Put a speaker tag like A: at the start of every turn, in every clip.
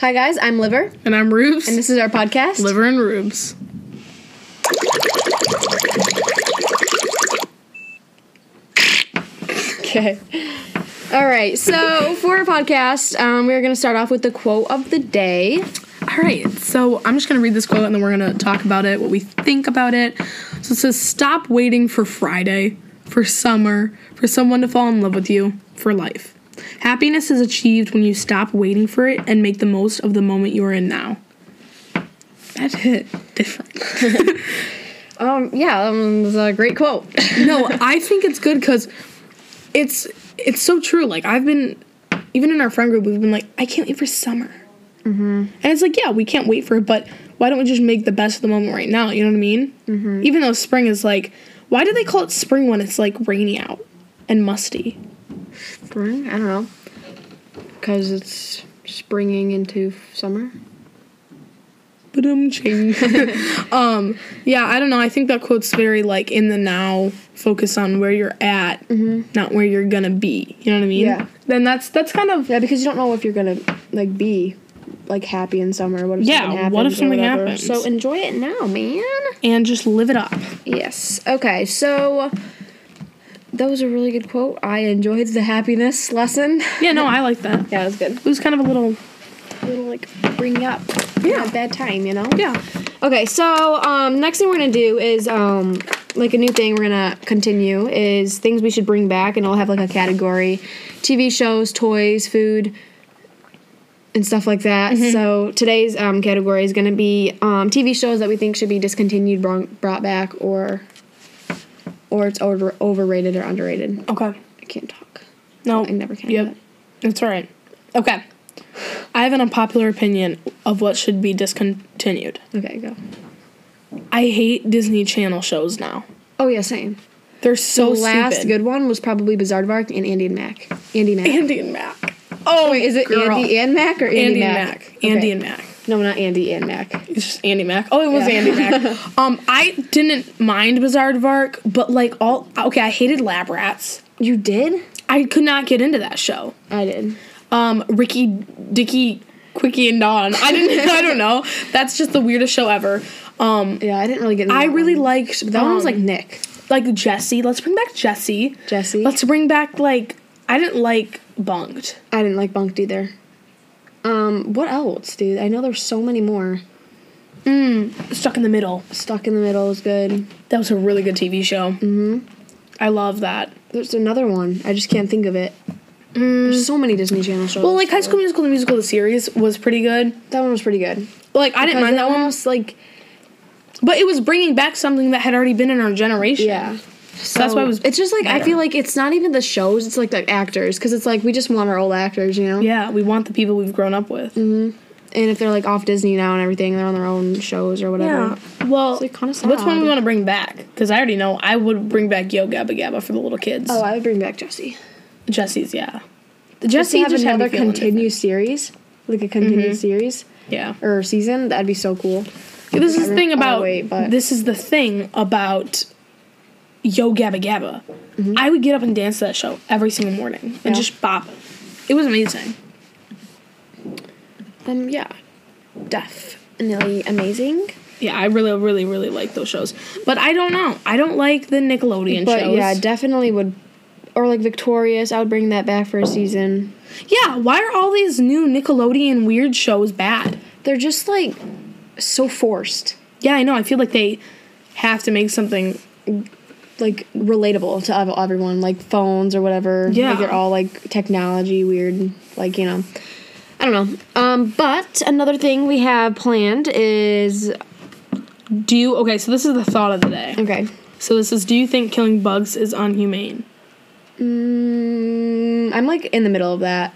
A: Hi, guys. I'm Liver,
B: And I'm Rubes.
A: and this is our podcast.
B: Liver and Rubes.
A: Okay. All right. So for our podcast, um, we're going to start off with the quote of the day.
B: All right, so I'm just gonna read this quote and then we're gonna talk about it, what we think about it. So it says, Stop waiting for Friday, for summer, for someone to fall in love with you, for life. Happiness is achieved when you stop waiting for it and make the most of the moment you are in now. That hit different.
A: Um, yeah, um, it was a great quote.
B: no, I think it's good because it's it's so true. Like I've been even in our friend group, we've been like, I can't wait for summer. Mm-hmm. And it's like, yeah, we can't wait for it, but why don't we just make the best of the moment right now? You know what I mean? Mm-hmm. Even though spring is like, why do they call it spring when it's like rainy out and musty?
A: Spring? I don't know. Because it's springing into summer.
B: Ba-dum, ching. um, yeah, I don't know. I think that quote's very like in the now, focus on where you're at, not where you're gonna be. You know what I mean?
A: Yeah.
B: Then that's that's kind of
A: Yeah, because you don't know if you're going to, like, be, like, happy in summer. What if
B: Yeah,
A: something happens?
B: what if
A: or
B: something
A: whatever.
B: happens?
A: So enjoy it now, man.
B: and just live it up.
A: Yes. Okay, so... That was a really good quote. I enjoyed the happiness lesson.
B: Yeah, no, I like that.
A: Yeah, it was good.
B: It was kind of a little.
A: Little like bring up
B: Yeah.
A: at that time, you know.
B: Yeah.
A: Okay, so um, next thing we're gonna do is um, like a new thing we're gonna continue is things we should bring back, and I'll have like a category: TV shows, toys, food, and stuff like that.
B: Mm-hmm.
A: So today's um, category is gonna be um, TV shows that we think should be discontinued, brung- brought back, or or it's over- overrated or underrated.
B: Okay.
A: I can't talk.
B: No.
A: I never can do
B: Yep.
A: that.
B: That's all right. Okay. I have an unpopular opinion of what should be discontinued.
A: Okay, go.
B: I hate Disney Channel shows now.
A: Oh yeah, same.
B: They're so
A: the last
B: stupid.
A: good one was probably Bizardvark and Andy and Mac. Andy and Mac.
B: Andy and Mac. Oh,
A: Wait, is it
B: girl.
A: Andy and Mac or Andy,
B: Andy and
A: Mac?
B: Mac? Andy
A: Okay.
B: and Mac.
A: No, not Andy and Mac.
B: It's just Andy Mac. Oh, it was
A: Yeah.
B: Andy Mac. um, I didn't mind Bizarre Vark, but like all okay, I hated Lab Rats.
A: You did?
B: I could not get into that show.
A: I did.
B: um Ricky Dicky Quickie and Dawn. I didn't I don't know. That's just the weirdest show ever. Um
A: Yeah, I didn't really get. Into
B: I
A: that
B: really
A: one.
B: liked
A: that one was like
B: um,
A: Nick,
B: like Jesse. Let's bring back Jesse.
A: Jesse.
B: Let's bring back like I didn't like Bunked.
A: I didn't like Bunked either. Um, what else, dude? I know there's so many more.
B: Stuck in the Middle.
A: Stuck in the Middle is good.
B: That was a really good TV show. Mm-hmm. I love that.
A: There's another one. I just can't think of it. There's so many Disney Channel shows.
B: Mm. Well, like High School Musical, the musical, the series was pretty good.
A: that one was pretty good.
B: Like I didn't mind that one,
A: Almost like
B: but it was bringing back something that had already been in our generation.
A: yeah. So
B: that's why it was
A: It's just like I
B: better.
A: feel like it's not even the shows. It's like the actors because it's like we just want our old actors, you know.
B: yeah. We want the people we've grown up with.
A: And if they're like off Disney now and everything, they're on their own shows or whatever.
B: Yeah. Well,
A: It's, like, kinda
B: what's one
A: sad.
B: we want to bring back? Because I already know I would bring back Yo Gabba Gabba for the little kids.
A: Oh, I would bring back Jesse.
B: Jesse's, yeah.
A: Just to
B: Jesse
A: have
B: just had me
A: another
B: feeling Mm-hmm.
A: continued series, like a continued series
B: Yeah.
A: or season. That'd be so cool.
B: This is the thing
A: Oh,
B: about.
A: wait, but-
B: This is the thing about Yo Gabba Gabba. I would get up and dance to that show every single morning and
A: Mm-hmm. Yeah.
B: just bop. It was amazing.
A: Um, yeah, definitely amazing.
B: Yeah, I really, really, really like those shows. But I don't know. I don't like the Nickelodeon
A: But
B: shows.
A: yeah, definitely would. Or like Victorious, I would bring that back for a season.
B: yeah, why are all these new Nickelodeon weird shows bad?
A: They're just like so forced,
B: Yeah, I know. I feel like they have to make something
A: like relatable to ev- everyone, like phones or whatever.
B: Yeah.
A: like, they're all like technology weird, like you know. I don't know. Um, but another thing we have planned is
B: Do you okay? So this is the thought of the day.
A: okay.
B: So this is: Do you think killing bugs is unhumane?
A: Mm, I'm like in the middle of that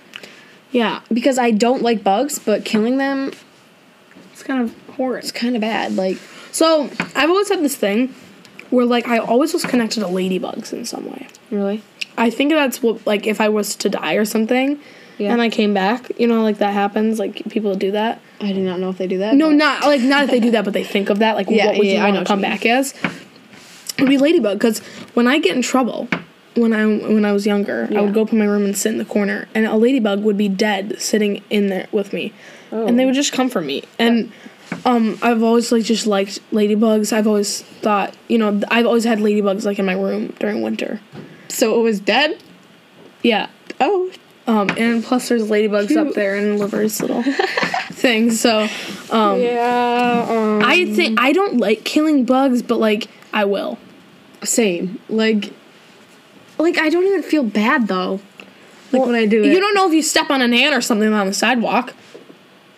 B: Yeah,
A: because I don't like bugs, but killing them
B: it's kind of horrid.
A: is kind of bad. Like,
B: So I've always had this thing where, like, I always was connected to ladybugs in some way.
A: really?
B: I think that's what, like, if I was to die or something,
A: Yeah.
B: and I came back, you know, like that happens. Like people do that.
A: I do not know if they do that.
B: No,
A: but-
B: not like not if they do that, but they think of that. Like,
A: Yeah,
B: what would
A: yeah, I
B: you
A: know what
B: want to come
A: you mean.
B: back as? It would be ladybug because when I get in trouble, when I when I was younger, I would go up in my room and sit in the corner, and a ladybug would be dead sitting in there with me, and
A: Oh.
B: they would just comfort me. And um, I've always like just liked ladybugs. I've always thought, you know, th- I've always had ladybugs like in my room during winter.
A: So it was dead.
B: Yeah.
A: Oh,
B: Um, and plus there's ladybugs up
A: Cute.
B: there and livers little things. So
A: yeah. Um,
B: I think I don't like killing bugs, but like I will.
A: same. Like, like I don't even feel bad though. Like when I do it,
B: You don't know if you step on an ant or something on the sidewalk.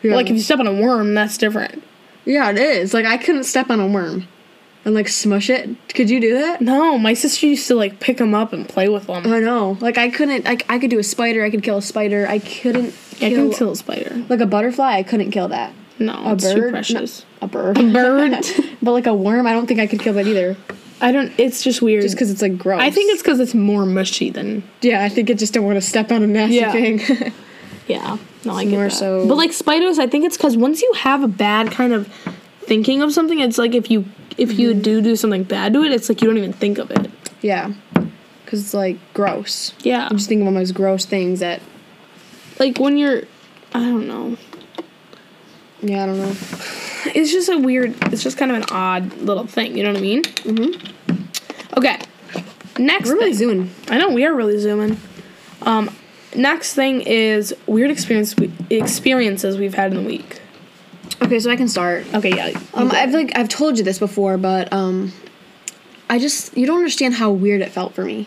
A: Yeah.
B: Like if you step on a worm, that's different.
A: yeah, it is. Like I couldn't step on a worm, and like smush it. Could you do that?
B: No, my sister used to like pick them up and play with them.
A: I know. Like I couldn't. Like I could do a spider. I could kill a spider. I couldn't.
B: I
A: kill-
B: can kill a spider.
A: like a butterfly. I couldn't kill that.
B: No,
A: A
B: it's
A: bird.
B: too
A: No,
B: precious.
A: a bird. A
B: bird.
A: but like a worm, I don't think I could kill that either.
B: I don't. It's just weird.
A: Just because it's like gross.
B: I think it's because it's more mushy than.
A: yeah. I think it just don't want to step on a nasty
B: Yeah.
A: thing.
B: Yeah, no, I
A: It's
B: get
A: more
B: that.
A: so-
B: But like spiders, I think it's because once you have a bad kind of thinking of something, it's like if you if you do do something bad to it, it's like you don't even think of it.
A: yeah. Because it's like gross.
B: Yeah,
A: I'm just thinking of all those gross things that.
B: like when you're, I don't know.
A: Yeah, I don't know.
B: It's just a weird. It's just kind of an odd little thing. You know what I mean? Mm-hmm. Okay.
A: Mm-hmm.
B: Next
A: We're really
B: thing.
A: zooming.
B: I know we are really zooming. Um, next thing is weird experience we, experiences we've had in the week.
A: Okay, so I can start.
B: Okay, yeah.
A: Um, I've like I've told you this before, but um, I just you don't understand how weird it felt for me.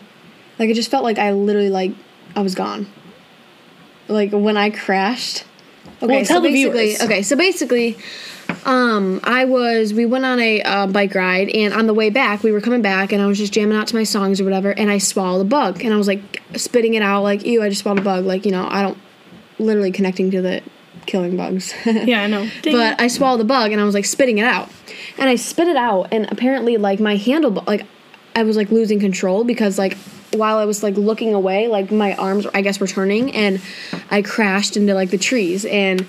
A: Like it just felt like I literally like I was gone. Like when I crashed. Okay,
B: Well, tell
A: so
B: the
A: basically,
B: viewers.
A: okay, so basically, um, I was we went on a uh, bike ride, and on the way back, we were coming back, and I was just jamming out to my songs or whatever, and I swallowed a bug, and I was like spitting it out, like ew, I just swallowed a bug, like you know, I don't literally connecting to the killing bugs.
B: yeah, I know. Ding.
A: but I swallowed the bug and I was like spitting it out. And I spit it out and apparently like my handle like I was like losing control because like while I was like looking away, like my arms I guess were turning and I crashed into like the trees and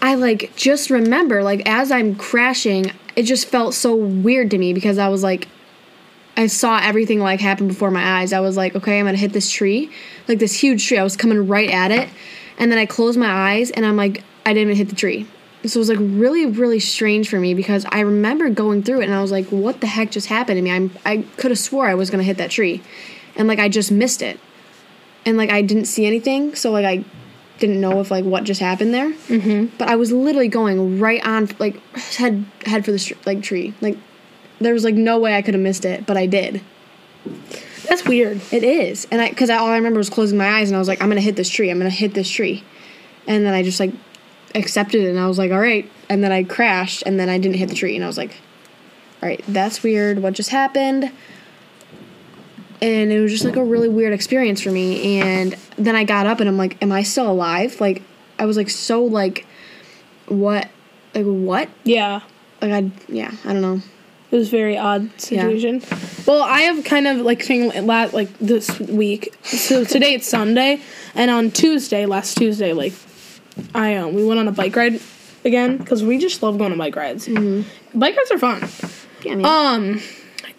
A: I like just remember like as I'm crashing, it just felt so weird to me because I was like I saw everything like happen before my eyes. I was like, okay, I'm gonna hit this tree, like this huge tree. I was coming right at it, and then I closed my eyes and I'm like, I didn't even hit the tree. So it was like really, really strange for me because I remember going through it and I was like, what the heck just happened to me? I'm I could have swore I was gonna hit that tree, and like I just missed it, and like I didn't see anything. So like I didn't know if like what just happened there. Mm-hmm. But I was literally going right on like head head for the str- like tree like. There was like no way I could have missed it, but I did.
B: that's weird.
A: It is, and I because I, all I remember was closing my eyes and I was like, I'm gonna hit this tree. I'm gonna hit this tree, and then I just like accepted it and I was like, all right. And then I crashed and then I didn't hit the tree and I was like, all right, that's weird. What just happened? And it was just like a really weird experience for me. And then I got up and I'm like, am I still alive? Like I was like so like, what? Like what?
B: Yeah.
A: Like I yeah I don't know.
B: It was a very odd situation. Well, I have kind of like thing la- like this week. So today it's Sunday, and on Tuesday, last Tuesday, like I um we went on a bike ride again because we just love going on bike rides. Bike rides are fun.
A: Yeah, I mean,
B: Um,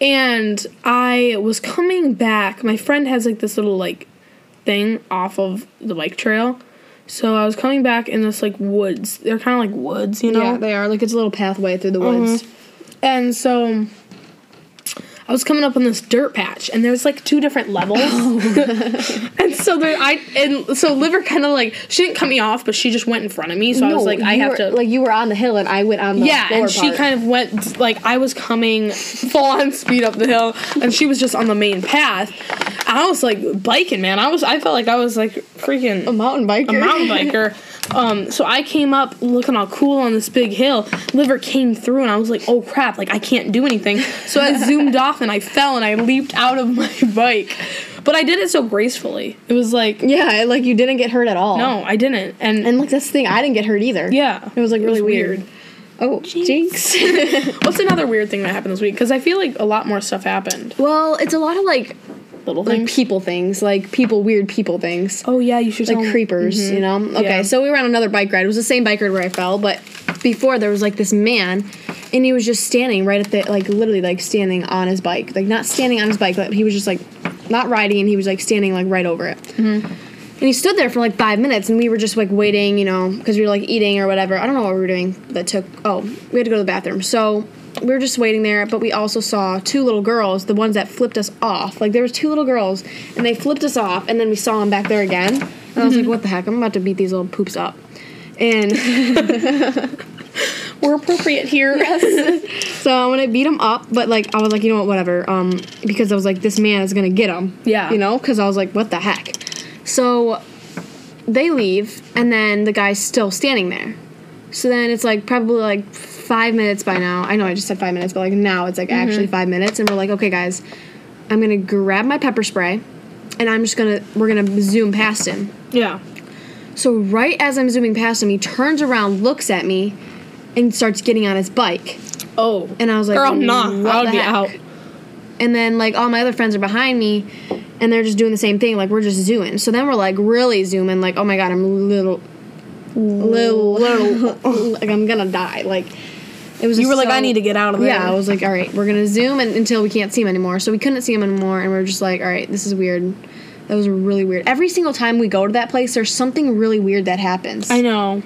B: and I was coming back. My friend has like this little like thing off of the bike trail. So I was coming back in this like woods. They're kind of like woods, you know.
A: yeah, they are like it's a little pathway through the woods.
B: And so I was coming up on this dirt patch, and there's like two different levels.
A: Oh
B: and so there, I and so Liver kind of like she didn't cut me off, but she just went in front of me. So I was like, I
A: you
B: have
A: were,
B: to.
A: Like you were on the hill and I went on the
B: yeah,
A: lower
B: and she
A: part.
B: kind of went like I was coming full on speed up the hill, and she was just on the main path. And I was like biking, man. I was I felt like I was like freaking
A: a mountain biker.
B: a mountain biker. Um, so I came up looking all cool on this big hill. Liver came through, and I was like, "Oh crap! Like I can't do anything." So I zoomed off, and I fell, and I leaped out of my bike. But I did it so gracefully. It was like,
A: yeah, like you didn't get hurt at all.
B: no, I didn't. And,
A: And like that's the thing, I didn't get hurt either.
B: yeah,
A: It was like really weird. Oh, jinx.
B: What's another weird thing that happened this week? Because I feel like a lot more stuff happened.
A: well, it's a lot of like
B: Little
A: like
B: things.
A: people things, like people weird people things.
B: oh yeah, you should
A: Like
B: tell 'em.
A: creepers, you know. Okay,
B: Yeah.
A: so we were on another bike ride. It was the same bike ride where I fell, but before there was like this man, and he was just standing right at the like literally like standing on his bike, like not standing on his bike, but he was just like not riding, and he was like standing like right over it. And he stood there for like five minutes, and we were just like waiting, you know, because we were like eating or whatever. I don't know what we were doing. That took oh, we had to go to the bathroom, so we were just waiting there. But we also saw two little girls, the ones that flipped us off. Like there was two little girls, and they flipped us off, and then we saw them back there again. And I was like, what the heck? I'm about to beat these little poops up. And
B: We're appropriate here.
A: So when I beat him up, but like I was like, you know what, whatever, um, because I was like, this man is gonna get him.
B: Yeah.
A: You know, because I was like, what the heck. So they leave, and then the guy's still standing there. So then it's like probably like five minutes by now. I know I just said five minutes, but like now it's like actually five minutes, and we're like, okay, guys, I'm gonna grab my pepper spray, and I'm just gonna we're gonna zoom past him.
B: Yeah.
A: So right as I'm zooming past him, he turns around, looks at me, and starts getting on his bike.
B: Oh.
A: And I was like,
B: Girl, nah.
A: "What
B: I would
A: the
B: be
A: heck?"
B: out.
A: And then like all my other friends are behind me, and they're just doing the same thing. Like we're just zooming. So then we're like really zooming. Like oh my god, I'm little, little, little. like I'm gonna die. Like it was.
B: You
A: just
B: were like,
A: so-
B: I need to get out of there.
A: Yeah, I was like, all right, we're gonna zoom and, until we can't see him anymore. So we couldn't see him anymore, and we are just like, all right, this is weird. That was really weird. Every single time we go to that place, there's something really weird that happens
B: I know.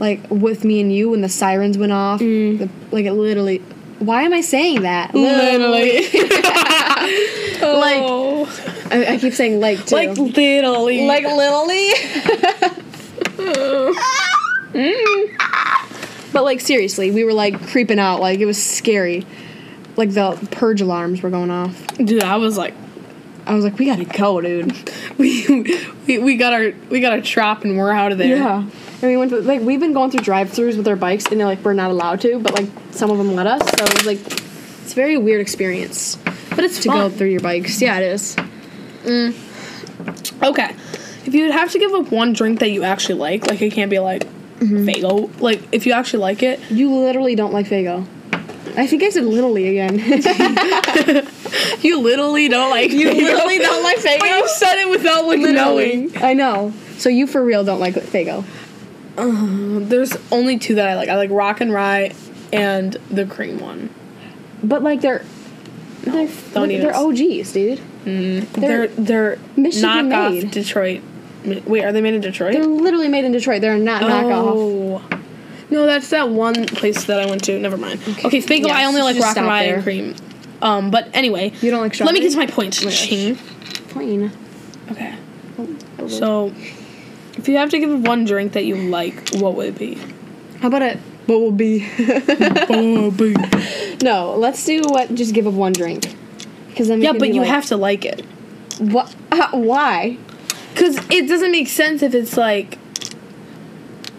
A: like with me and you when the sirens went off. The, like it literally. Why am I saying that?
B: oh.
A: I, I keep saying like too.
B: Like literally.
A: like literally. Mm. but like seriously, we were like creeping out. Like it was scary. Like the purge alarms were going off.
B: dude, I was like,
A: I was like, we gotta go, dude.
B: we, we we got our we got our trap and we're out of there.
A: Yeah. And we went to, like, we've been going through drive throughs with our bikes, and they're like, we're not allowed to, but like, some of them let us. So it was like, it's a very weird experience. But it's to
B: fun.
A: go through your bikes. Yeah, it is.
B: Okay. If you would have to give up one drink that you actually like, like it can't be like
A: Mm-hmm.
B: Fago. Like if you actually like it,
A: You literally don't like Fago. I think I said literally again.
B: you literally don't like. You
A: literally don't like
B: But you said it without like knowing.
A: I know. So you for real don't like Fago.
B: There's only two that I like. I like Rock and Rye, and the cream one.
A: But like, they're. they're,
B: don't
A: look,
B: even
A: they're
B: s-
A: OGs, dude.
B: They're
A: They're-
B: they're,
A: Michigan
B: knockoff
A: made.
B: Detroit. Mi- Wait, are they made in Detroit?
A: They're literally made in Detroit. They're not knockoff.
B: Oh. No, that's that one place that I went to. Never mind. Okay, Fago,
A: Yes,
B: I only like
A: just
B: rock and
A: stop
B: rye and
A: there.
B: cream. Um, but anyway,
A: You don't like
B: let
A: strawberry?
B: me get to my point.
A: gosh.
B: Ching.
A: Plain.
B: Okay. So, if you have to give one drink that you like, what would it be?
A: How about it? What will be? Oh, No, let's do what. Just give up one drink. Because then we
B: yeah,
A: can
B: but
A: be
B: you
A: like,
B: have to like it.
A: What? Uh, why?
B: Because it doesn't make sense if it's like.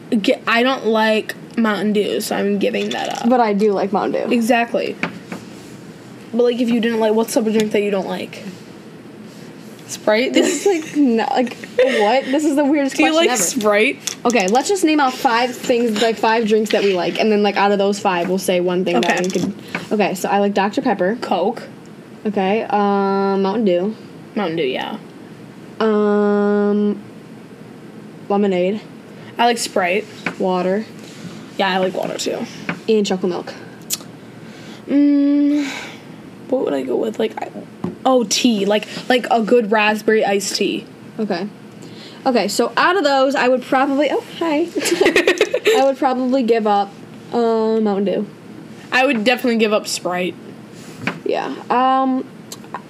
B: Get, I don't like Mountain Dew, so I'm giving that up.
A: But I do like Mountain Dew.
B: Exactly. But, like, if you didn't like, what's up a drink that you don't like? Sprite?
A: It's like no, like what? This is the weirdest
B: Do you
A: question
B: like
A: ever.
B: Sprite?
A: okay, let's just name out five things, like five drinks that we like, and then like out of those five, we'll say one thing that
B: Okay.
A: we can. Okay, so I like Dr Pepper.
B: Coke?
A: Okay, um, Mountain Dew,
B: Mountain Dew, yeah.
A: um, lemonade,
B: I like Sprite.
A: water,
B: Yeah, I like water too.
A: and chocolate milk.
B: Mm, what would I go with? Like, I, oh, tea. Like, like a good raspberry iced tea.
A: Okay. Okay, so out of those, I would probably oh hi, I would probably give up uh, Mountain Dew.
B: I would definitely give up Sprite.
A: Yeah. Um,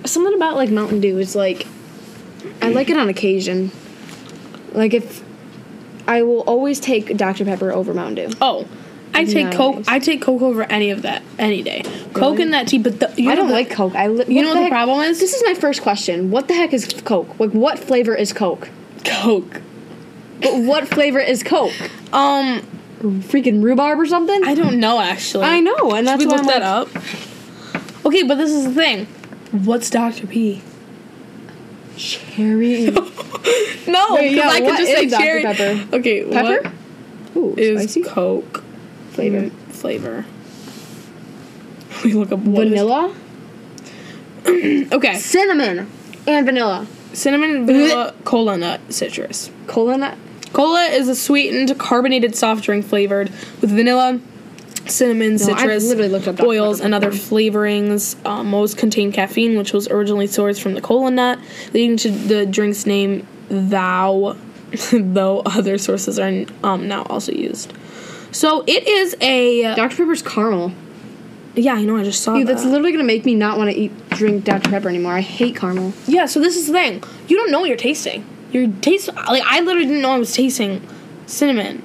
A: something about like Mountain Dew is like, I like it on occasion. Like if, I will always take Dr Pepper over Mountain Dew.
B: Oh, I take
A: Nice.
B: Coke. I take Coke over any of that any day. Coke and that tea, but the, you
A: I
B: know
A: don't
B: the-
A: like Coke. I li-
B: You know what the problem is?
A: This is my first question. What the heck is Coke? Like what flavor is Coke?
B: Coke.
A: But what flavor is Coke?
B: Um,
A: Freaking rhubarb or something?
B: I don't know actually.
A: I know, and
B: Should
A: that's
B: we
A: why
B: look
A: I'm
B: that
A: like,
B: up? Okay, but this is the thing. What's Doctor P?
A: cherry.
B: No,
A: Wait, yeah,
B: because I could
A: what
B: just say
A: is Dr.
B: cherry.
A: Pepper?
B: Okay,
A: Pepper?
B: what
A: Ooh,
B: is
A: spicy
B: Coke
A: flavor.
B: flavor? We look up what is-
A: Vanilla,
B: okay,
A: cinnamon, and vanilla.
B: cinnamon, vanilla, cola nut, citrus.
A: Cola nut.
B: Cola is a sweetened, carbonated soft drink flavored with vanilla, cinnamon,
A: I've
B: citrus,
A: literally looked up Dr.
B: oils,
A: Pepper
B: and other flavorings. Uh, most contain caffeine, which was originally sourced from the cola nut, leading to the drink's name Thou, though other sources are um, now also used. So it is a
A: Dr. Pepper's caramel.
B: yeah. I know. I just saw
A: Dude,
B: that.
A: that's literally gonna make me not want to eat drink Dr. Pepper anymore. I hate caramel.
B: yeah. So this is the thing. You don't know what you're tasting. You're taste like I literally didn't know I was tasting cinnamon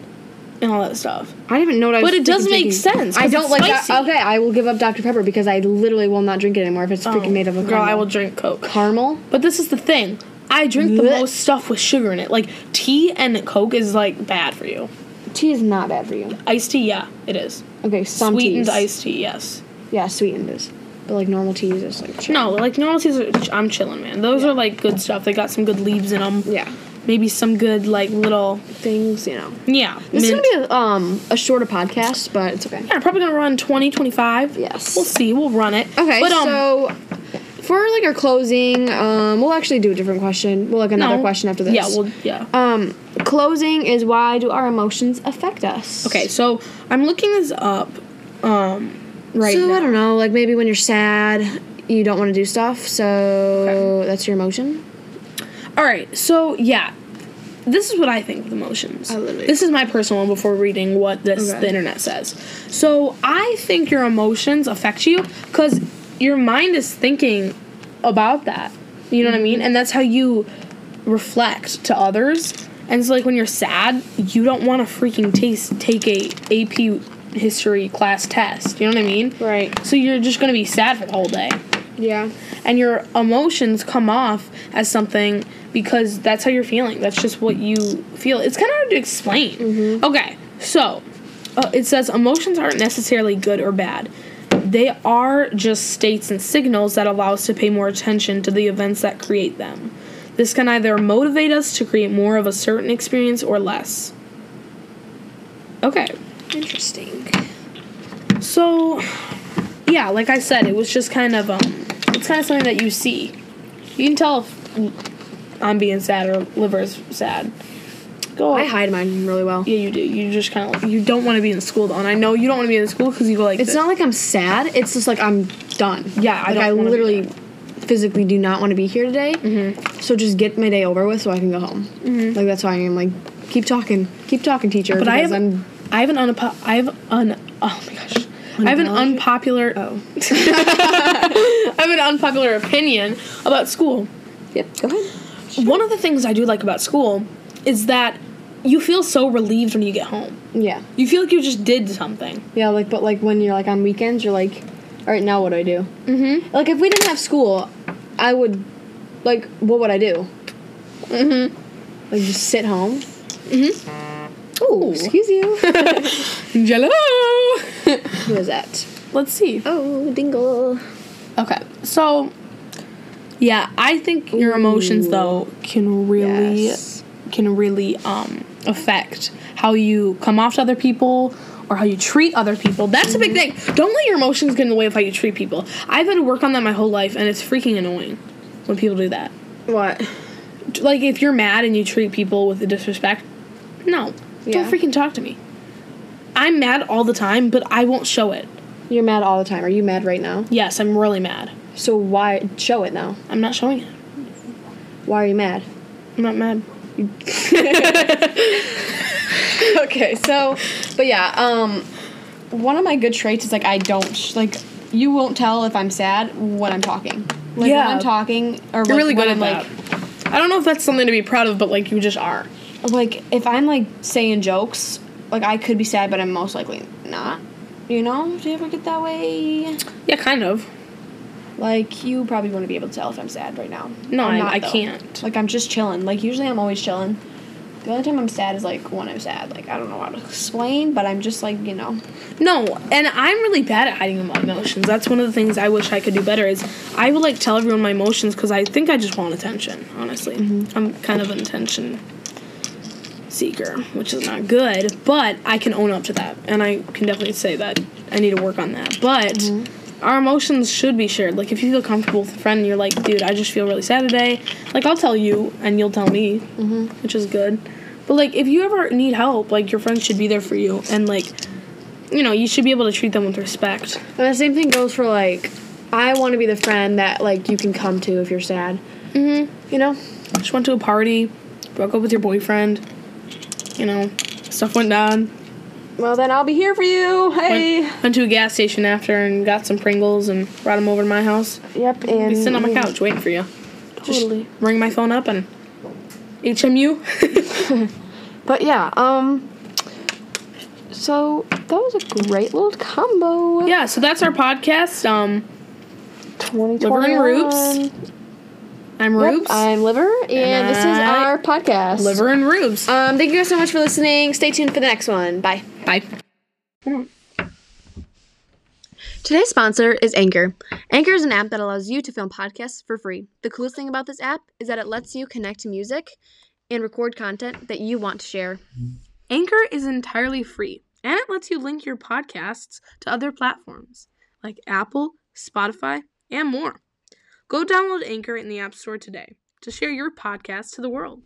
B: and all that stuff.
A: I didn't know what I was
B: But it does
A: freaking thinking.
B: make sense,
A: I
B: 'cause
A: don't
B: it's
A: like that.
B: spicy.
A: Okay, I will give up Dr. Pepper because I literally will not drink it anymore if it's freaking made of a
B: Oh. Um, girl.
A: caramel.
B: I will drink Coke.
A: caramel.
B: But this is the thing. I drink the
A: Blech.
B: most stuff with sugar in it. Like tea and Coke is like bad for you.
A: Tea is not bad for you.
B: Iced tea, yeah, it is.
A: Okay, some
B: Sweetened
A: teas.
B: iced tea, yes.
A: Yeah, sweetened is. But like normal tea is just like.
B: No, like normal teas, are, I'm chilling, man. Those are like good stuff. They got some good leaves in them.
A: Yeah.
B: Maybe some good like little
A: Things, you know.
B: yeah.
A: This
B: mint.
A: is gonna be a, um a shorter podcast, but it's okay.
B: yeah, probably gonna run 20, 25.
A: Yes.
B: We'll see. We'll run it.
A: Okay,
B: But um,
A: so for like our closing, um, we'll actually do a different question. We'll like another
B: no.
A: question after this.
B: Yeah. Well. Yeah.
A: Um, closing is why do our emotions affect us?
B: okay. So I'm looking this up. Um. Right.
A: so
B: now.
A: I don't know, like maybe when you're sad, you don't want to do stuff, so that's your emotion.
B: All right, so yeah, this is what I think of emotions.
A: I literally-
B: This is my personal one before reading what this
A: Okay.
B: the internet says. So I think your emotions affect you because your mind is thinking about that. You know what I mean, and that's how you reflect to others. And so, like when you're sad, you don't want to freaking taste take a AP history class test. You know what I mean?
A: Right.
B: So you're just gonna be sad for the whole day
A: Yeah.
B: and your emotions come off as something because that's how you're feeling. That's just what you feel. It's kind of hard to explain. Okay, so uh, it says emotions aren't necessarily good or bad. They are just states and signals that allow us to pay more attention to the events that create them. This can either motivate us to create more of a certain experience or less. Okay.
A: Interesting.
B: So, yeah, like I said, it was just kind of um, it's kind of something that you see. You can tell if I'm being sad or Liver's sad. Go.
A: I hide mine really well.
B: Yeah, you do. You just kind of you don't want to be in school though, and I know you don't want to be in school because you go like
A: It's
B: this.
A: not like I'm sad. It's just like I'm done.
B: Yeah, I
A: like
B: don't
A: I
B: wanna be
A: literally
B: there.
A: physically do not want to be here today. Mm-hmm. So just get my day over with so I can go home. Mm-hmm. Like that's why I'm like, keep talking, keep talking, teacher.
B: But I
A: because
B: have
A: I'm
B: I have an unapo- I have un oh my gosh. I have an
A: Unapology?
B: unpopular
A: oh
B: I have an unpopular opinion about school.
A: yep. Go ahead.
B: One of the things I do like about school is that you feel so relieved when you get home.
A: Yeah,
B: You feel like you just did something.
A: yeah. Like but like when you're like on weekends, you're like, all right, now what do I do? Mm-hmm. Like if we didn't have school, I would, like, what would I do? Mm-hmm. Like just sit home. Mm-hmm. Oh,
B: Ooh.
A: excuse you.
B: Jello.
A: Who is that?
B: Let's see.
A: Oh, Dingle.
B: Okay, so yeah, I think your emotions though can really
A: Yes.
B: can really um affect how you come off to other people or how you treat other people. That's a big thing. Don't let your emotions get in the way of how you treat people. I've had to work on that my whole life, and it's freaking annoying when people do that.
A: What?
B: Like if you're mad and you treat people with disrespect, no,
A: Yeah.
B: don't freaking talk to me. I'm mad all the time, but I won't show it.
A: You're mad all the time. Are you mad right now?
B: Yes, I'm really mad.
A: So why show it now?
B: I'm not showing it.
A: Why are you mad?
B: I'm not mad.
A: okay, so but yeah, um one of my good traits is like I don't sh- like you won't tell if I'm sad when I'm talking. Like
B: Yeah.
A: when I'm talking or
B: You're
A: like,
B: really
A: when
B: good at
A: I'm
B: like,
A: like
B: I don't know if that's something to be proud of, but like you just are.
A: like if I'm like saying jokes, like I could be sad but I'm most likely not. You know? Do you ever get that way?
B: Yeah, kind of.
A: Like you probably wouldn't be able to tell if I'm sad right now.
B: No,
A: I'm
B: I-
A: not,
B: I
A: though.
B: can't.
A: Like I'm just chilling. Like usually I'm always chilling. The only time I'm sad is like when I'm sad. Like I don't know how to explain, but I'm just like you know.
B: No, and I'm really bad at hiding my emotions. That's one of the things I wish I could do better. Is I would like tell everyone my emotions because I think I just want attention. Honestly, I'm kind of an attention seeker, which is not good. But I can own up to that, and I can definitely say that I need to work on that. But our emotions should be shared. Like if you feel comfortable with a friend, and you're like, dude, I just feel really sad today. Like I'll tell you, and you'll tell me, which is good. But like if you ever need help, like your friends should be there for you, and like you know, you should be able to treat them with respect.
A: And the same thing goes for like, I want to be the friend that like you can come to if you're sad. Mm-hmm. You know,
B: Just went to a party, broke up with your boyfriend, you know, stuff went down.
A: well then I'll be here for you. Hey.
B: Went, went to a gas station after and got some Pringles and brought them over to my house.
A: Yep. And
B: He's sitting on my couch waiting for you.
A: Totally.
B: Just ring my phone up and HMU.
A: But yeah. Um. So that was a great little combo.
B: yeah, so that's our podcast. Um,
A: 2021.
B: Roots. I'm
A: Yep,
B: Rubes.
A: I'm Liver, and, this is
B: I-
A: our podcast.
B: Liver and Rubes.
A: Um, thank you guys so much for listening. Stay tuned for the next one. Bye.
B: Bye.
A: Today's sponsor is Anchor. Anchor is an app that allows you to film podcasts for free. The coolest thing about this app is that it lets you connect to music and record content that you want to share.
B: Anchor is entirely free, and it lets you link your podcasts to other platforms like Apple, Spotify, and more. Go download Anchor in the App Store today to share your podcast to the world.